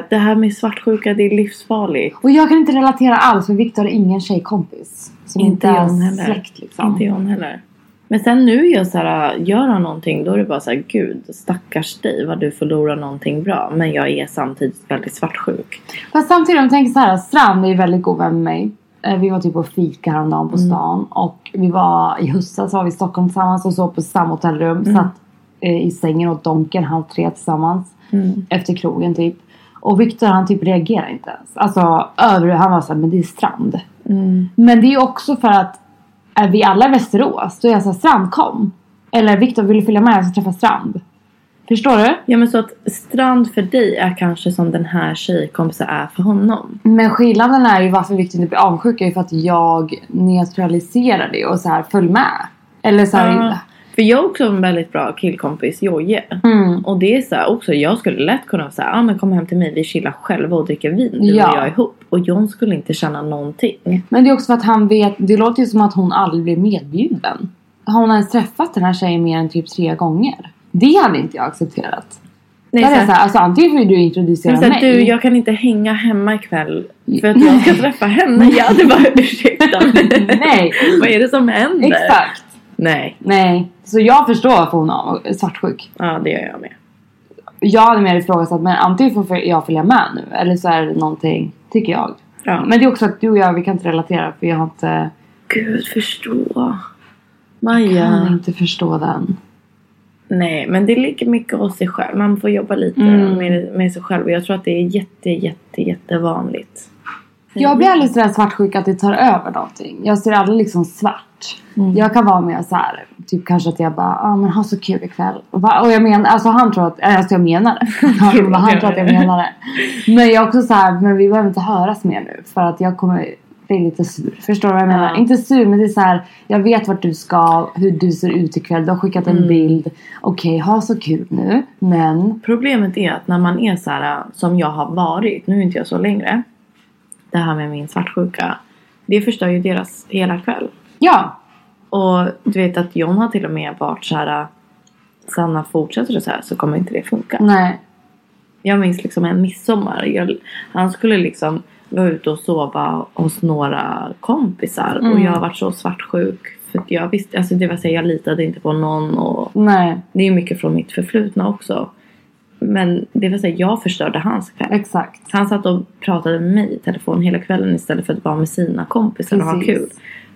Det här med svartsjuka, det är livsfarligt. Och jag kan inte relatera alls för Viktor har ingen tjejkompis. Som inte, jag är släkt liksom. Inte jag heller. Men sen nu är jag så här, gör han någonting då är det bara så här, gud stackars dig vad du förlorar någonting bra. Men jag är samtidigt väldigt svartsjuk. Fast samtidigt om jag tänker så här, Strand är ju väldigt god vän med mig. Eh, Vi var typ på fika häromdagen på stan och vi var i höstas var vi i Stockholm tillsammans och sov på samma hotellrum. Satt eh, i sängen och donken halv tre tillsammans. Efter krogen typ. Och Viktor han typ reagerar inte ens. Alltså över, han var såhär men det är Strand. Men det är ju också för att är vi alla i Västerås då är jag såhär Strand kom. Eller Viktor vill du följa med jag ska träffa Strand. Förstår du? Ja men så att strand för dig är kanske som den här tjejkompisen är för honom. Men skillnaden är ju varför Victor inte blir avundsjuk är ju för att jag neutraliserar det och så här föll med. Eller så här, Ja. För jag har också en väldigt bra killkompis, Jojje. Mm. Och det är så här också, jag skulle lätt kunna säga, ah, men kom hem till mig, vi chillar själva och dricker vin du Ja. och jag ihop. Och John skulle inte känna någonting. Men det är också för att han vet, det låter ju som att hon aldrig blir medbjuden. Har hon ens träffat den här tjejen mer än typ tre gånger? Det hade inte jag accepterat. Nej, så Där är här- jag så här, alltså antingen får ju du introducera Men så mig. Mm. här, du, jag kan inte hänga hemma ikväll för att jag ska träffa henne. Jag hade bara ursäkta Nej. Vad är det som händer? Exakt. Nej, Nej. Så jag förstår varför hon är svartsjuk. ja det gör jag med. Jag hade mer ifrågasatt men antingen får jag följa med nu eller så är det någonting, tycker jag. Ja. Men det är också att du och jag vi kan inte relatera för jag har inte, Gud förstå. kan Maja. inte förstå den. Nej men det ligger mycket hos sig själv. Man får jobba lite Mm. med, med sig själv. Och jag tror att det är jätte jätte jättevanligt. Jag blir aldrig sådär svartsjuk att det tar över någonting. Jag ser aldrig liksom svart. Jag kan vara med så här, typ kanske att jag bara, ah, men ha så kul ikväll. Och, bara, och jag menar, alltså han tror att, alltså jag menar det. Han, han tror att jag menar det. Men jag är också så här, men vi behöver inte höras mer nu för att jag kommer bli lite sur. Förstår du vad jag menar? Ja. Inte sur men det är så här, jag vet vart du ska, hur du ser ut ikväll, du har skickat en bild. Okej, ha så kul nu, men Problemet är att när man är så här äh, som jag har varit, nu är inte jag så längre. Det här med min svartsjuka. Det förstör ju deras hela kväll. ja. Och du vet att John har till och med varit så här. Sanna fortsätter du så här så kommer inte det funka. Nej. Jag minns liksom en midsommar. Jag, han skulle liksom vara ute och sova hos några kompisar. Mm. Och jag har varit så svartsjuk. För att jag visste, alltså det var så här, jag litade inte på någon. Och Nej, det är mycket från mitt förflutna också. Men det var så här, jag förstörde hans kväll. exakt. Han satt och pratade med mig i telefon hela kvällen istället för att vara med sina kompisar och ha Precis. kul.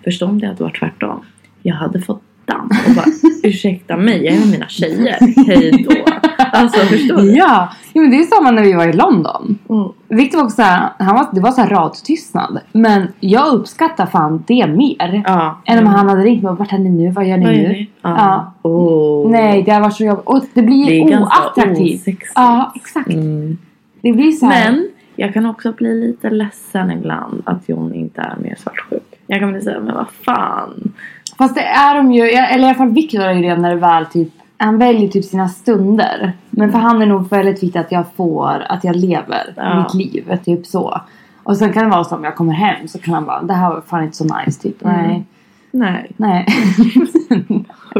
Förstå om det hade varit tvärtom. Jag hade fått damp och bara ursäkta mig, jag är med mina tjejer. Hej då. Alltså förstår du? Ja, jo, men det är samma när vi var i London. Mm. Victor var också såhär, han var, det var såhär radtystnad. Men jag uppskattar fan det mer. Ja. Än om han hade ringt mig och vart är ni nu, vad gör ni Vad gör nu? ni? Ja. Ja. Oh. Nej, det har varit så jobbigt. Och det Det blir är ganska oattraktivt. osexigt. Ja, exakt. Mm. Det blir såhär. Men jag kan också bli lite ledsen ibland att Jon inte är mer svartsjuk. Jag kan bli såhär, men vad fan. Fast det är de ju, eller i alla fall Victor är ju det när det väl typ han väljer typ sina stunder. Men för han är nog väldigt viktigt att jag får, att jag lever Ja. mitt liv. Typ så. Och sen kan det vara så om jag kommer hem så kan han bara, det här var fan inte så nice typ. Nej. Nej. Nej.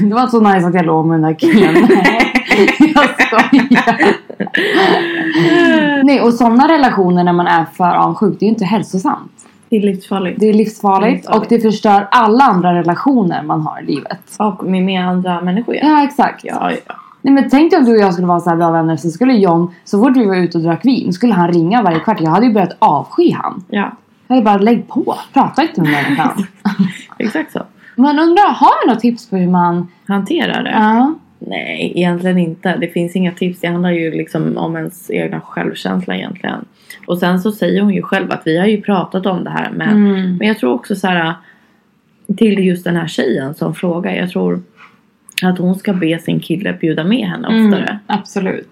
det var inte så nice att jag låg med den där killen. Nej, jag skojar. Nej, och sådana relationer när man är för avundsjuk, det är ju inte hälsosamt. Det är livsfarligt. Det är livsfarligt och Livsfarligt. det förstör alla andra relationer man har i livet. Och med, med andra människor Ja, exakt. Ja, ja. Nej men tänk dig om du och jag skulle vara så här bra vänner så skulle John, så fort vi var ute och drack vin skulle han ringa varje kvart. Jag hade ju börjat avsky han. Ja, Jag hade bara lägg på, prata inte med människan. exakt så. Men undrar, har du något tips på hur man... Hantera det. Ja. Nej, egentligen inte. Det finns inga tips. Det handlar ju liksom om ens egna självkänsla egentligen. Och sen så säger hon ju själv att vi har ju pratat om det här. Men, Mm. men jag tror också så här till just den här tjejen som frågar. Jag tror att hon ska be sin kille bjuda med henne oftare. Mm, absolut.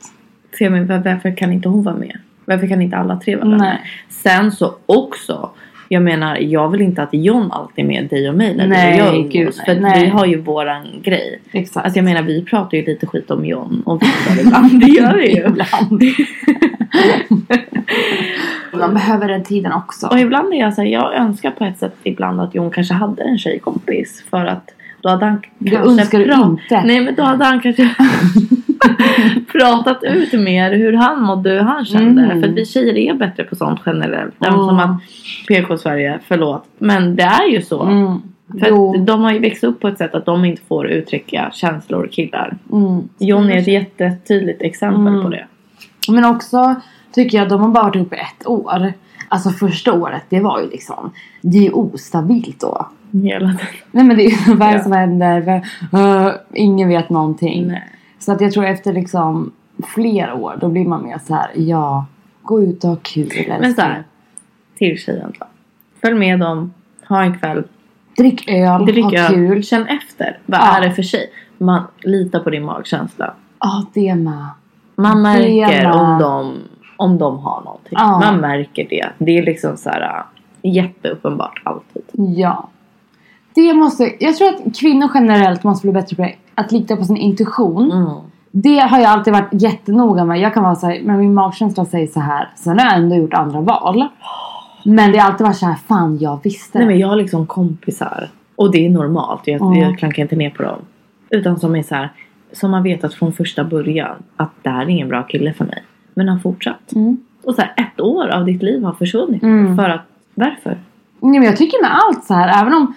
För jag menar, var- varför kan inte hon vara med? Varför kan inte alla tre vara med? Nej. Sen så också. Jag menar, jag vill inte att John alltid är med dig och mig när Nej, vi gör umgås, gud, För nej. vi har ju våran grej. Exakt. Alltså jag menar vi pratar ju lite skit om John och Viktor ibland. Det gör vi ju. Ibland. man behöver den tiden också. Och ibland är jag så här, jag önskar på ett sätt ibland att John kanske hade en tjejkompis. För att då hade han Det kanske önskar du pra- inte. Nej men då hade han kanske pratat ut mer hur han mådde, hur han kände. Mm. För att vi tjejer är bättre på sånt generellt. Även Mm. som att PK-Sverige, förlåt. Men det är ju så. Mm. För Jo. att de har ju växt upp på ett sätt att de inte får uttrycka känslor killar. Mm. John är ett jättetydligt exempel Mm. på det. Men också tycker jag de har bara varit ihop i ett år. Alltså första året, det var ju liksom, det är ju ostabilt då. Hela tiden. Nej men det är ju vad är det Ja. som händer? Vad- eh, ingen vet någonting. Nej. Så att jag tror efter liksom flera år, då blir man mer så här, ja, gå ut och ha kul. Men älskling. så här, till tjejen då. Följ med dem, ha en kväll, Drick öl, drick ha öl, kul. känn efter. Vad Ja. är det för tjej? Man litar på din magkänsla. Ja, det med. Man Det märker man. om de, om de har någonting. Ja. Man märker det. Det är liksom så här äh, jätteuppenbart alltid. Ja. Det måste, jag tror att kvinnor generellt måste bli bättre på det. Att lita på sin intuition. Mm. Det har jag alltid varit jättenoga med. Jag kan vara såhär, men min magkänsla säger så här. Sen har jag ändå gjort andra val. Men det har alltid varit så här, fan jag visste. Nej men jag har liksom kompisar. Och det är normalt. Jag, Ja. jag klankar inte ner på dem. Utan som är så här. Som man vetat från första början. Att det här är ingen bra kille för mig. Men han fortsatt. Mm. Och så här, ett år av ditt liv har försvunnit. Mm. För att, varför? Nej, men jag tycker med allt så här, även om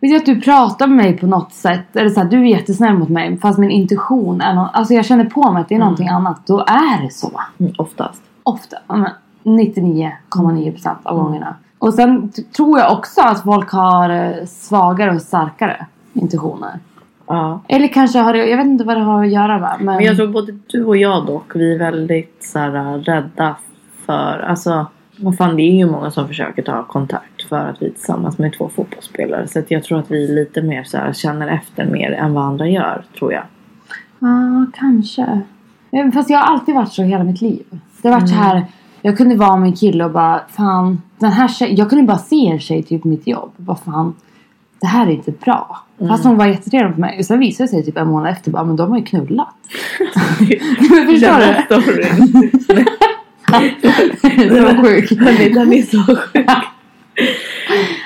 vet jag att du pratar med mig på något sätt. Eller så här, du är jättesnäll mot mig. Fast min intuition är någon, alltså jag känner på mig att det är någonting annat. Då är det så. Mm, oftast. ofta, ja, men 99,9% av Mm. gångerna. Och sen t- tror jag också att folk har eh, svagare och starkare intuitioner. Ja. Eller kanske har det, jag vet inte vad det har att göra med. Men, Men jag tror både du och jag dock. Vi är väldigt så här, äh, rädda för. Alltså. Vad fan det är ju många som försöker ta kontakt. För att vi är tillsammans med två fotbollsspelare. Så att jag tror att vi är lite mer så här, känner efter mer än vad andra gör. Tror jag. Ja, kanske. Eh, Fast jag har alltid varit så hela mitt liv. Det har varit så här, jag kunde vara med en kille och bara fan, den här tjej, jag kunde bara se en tjej typ på mitt jobb. Bara fan, det här är inte bra. Fast hon var jättetrevlig på mig. Och sen visade det sig typ en månad efter bara, men de har ju knullat. Men förstår du? Den storyn. så sjuk. Hörni, den är så sjuk.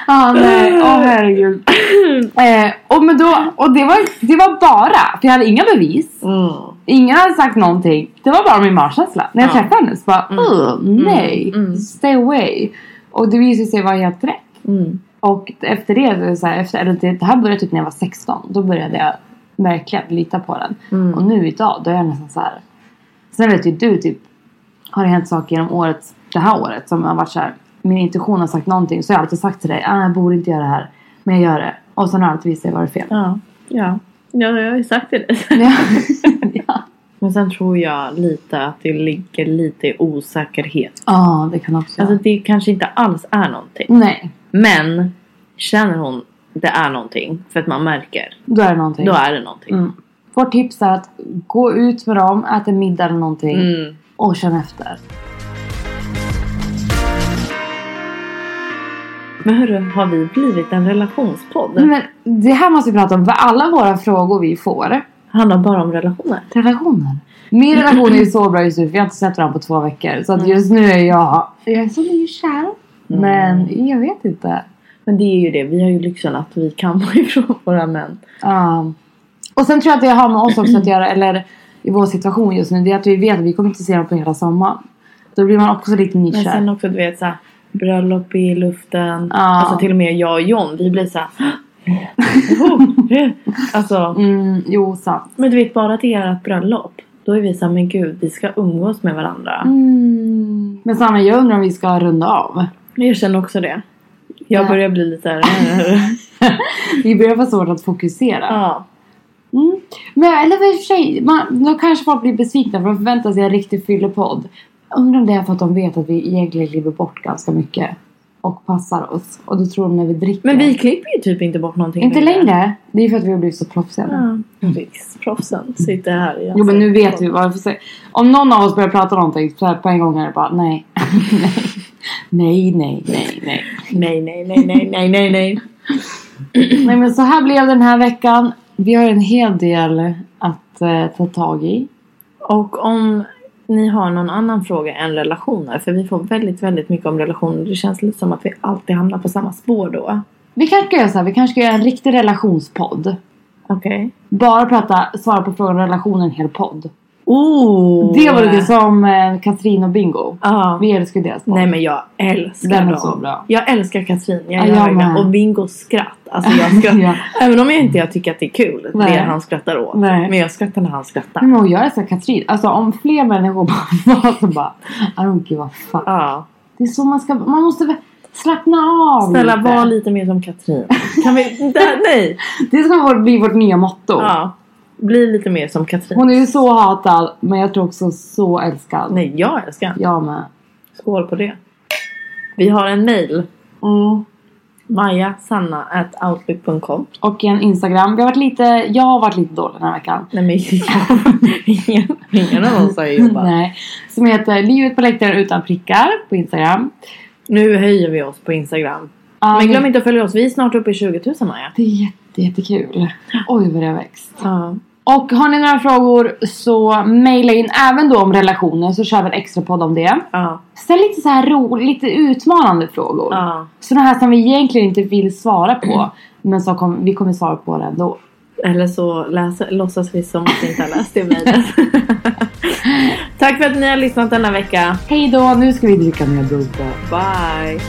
Ja, nej. Åh herregud. Eh, och men då, och det var, det var bara, för jag hade inga bevis. Mm. Ingen hade sagt någonting. Det var bara min magkänsla. När jag Ja. träffade henne så bara, "Åh, nej. mm. Stay away. Och det visade sig vara helt rätt. Mm. Och efter det, så- så här, efter, eller det, det här började typ när jag var 16. Då började jag verkligen lita på den. Mm. Och nu idag, då är jag nästan så här. Sen vet ju du typ, har det hänt saker genom året, det här året som har varit så här. Min intuition har sagt någonting så jag har alltid sagt till dig, ah, jag borde inte göra det här. Men jag gör det. Och sen har allt visat sig vara fel. Ja. ja. Ja, jag har ju sagt till dig. Ja. ja, Men sen tror jag lite att det ligger lite i osäkerhet. Ja, det kan också Alltså det kanske inte alls är någonting. Nej, Men känner hon det är någonting för att man märker. då är det någonting. Då är det någonting. Mm. Vårt tips är att gå ut med dem, äta middag eller någonting Mm. och känna efter. Men hörru, har vi blivit en relationspodd? Men det här måste vi prata om för alla våra frågor vi får Handlar bara om relationer. relationer. Min relation är ju så bra just nu för jag har inte sett varandra på två veckor. Mm. Så att just nu är jag, jag är så nykär. Men jag vet inte. Men det är ju det. Vi har ju lyxen att vi kan vara ifrån våra män. Um, och sen tror jag att det har med oss också att göra, eller i vår situation just nu, det är att vi vet att vi kommer inte se dem på hela sommaren. Då blir man också lite Men sen nykär. också du vet såhär bröllop i luften. Ja. Alltså till och med jag och John vi blir såhär alltså, Mm, jo, sant. men du vet bara till ert bröllop. Då är vi såhär, men gud vi ska umgås med varandra. Mm. Men Sanna, jag undrar om vi ska runda av. Jag känner också det. Jag Ja. börjar bli lite här. Vi börjar få svårt att fokusera. ja. Mm. Men eller för sig, man, då kanske folk blir besvikna för de förväntar sig en riktig fyllepodd. Undrar om det är för att de vet att vi egentligen lever bort ganska mycket. Och passar oss. Och det tror de när vi dricker. Men vi klipper ju typ inte bort någonting. Inte längre. Det är för att vi har blivit så proffsiga nu. Ja. Riksproffsen sitter här. i Jo men nu ansiktet. vet vi vad vi får säga. Om någon av oss börjar prata någonting så här på en gång är det bara nej. nej, nej, nej, nej. Nej, nej, nej, nej, nej, nej, nej. Nej men så här blev den här veckan. Vi har en hel del att eh, ta tag i. Och om ni har någon annan fråga än relationer. För vi får väldigt, väldigt mycket om relationer. Det känns lite som att vi alltid hamnar på samma spår då. Vi kanske ska göra så här, vi kanske ska göra en riktig relationspodd. Okej. Bara prata, svara på frågor om relationer en hel podd. Oh. Det var lite som eh, Katrin och Bingo. Ja. Vi älskar ju deras podd. Nej men jag älskar Den är dem. så bra. Jag älskar Katrin. Jag Ja, gör jag verkligen. med. Och Bingo skratt. Alltså jag skrattar. Ja. Även om jag inte jag tycker att det är kul det Nej. han skrattar åt. Nej. Mm. Men jag skrattar när han skrattar. Nej, men och jag älskar Katrin. Alltså om fler människor bara var så bara I don't give a fuck. Ja. Det är så man ska, man måste väl slappna av Snälla lite. var lite mer som Katrin. Kan vi? Där, nej. Det ska vara- bli vårt nya motto. Ja. Bli lite mer som Katrin. Hon är ju så hatad men jag tror också så älskad. Nej jag älskar henne. Jag med. Skål på det. Vi har en mail. Mm. majasanna.outlook.com Och en Instagram. Vi har varit lite, jag har varit lite dålig den här veckan. Nej men ingen, ingen av oss har ju jobbat. Nej. Som heter Livet på läktaren utan prickar på Instagram. Nu höjer vi oss på Instagram. Ja, Men glöm inte att följa oss. Vi är snart uppe i 20 000 Maja. Det är jätte, jättekul. Oj vad det har växt. Ja. Och har ni några frågor så mejla in även då om relationer så kör vi en extra podd om det. Ja. Ställ lite så här ro, lite utmanande frågor. Ja. Sådana här som vi egentligen inte vill svara på. Men som kom, vi kommer svara på det ändå. Eller så läser, låtsas vi som att vi inte har läst det mejlet. Tack för att ni har lyssnat denna vecka. Hej då, nu ska vi dricka mer bubbel. Bye!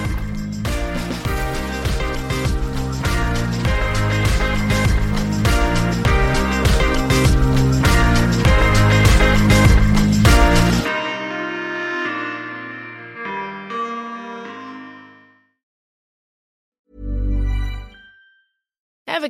Ever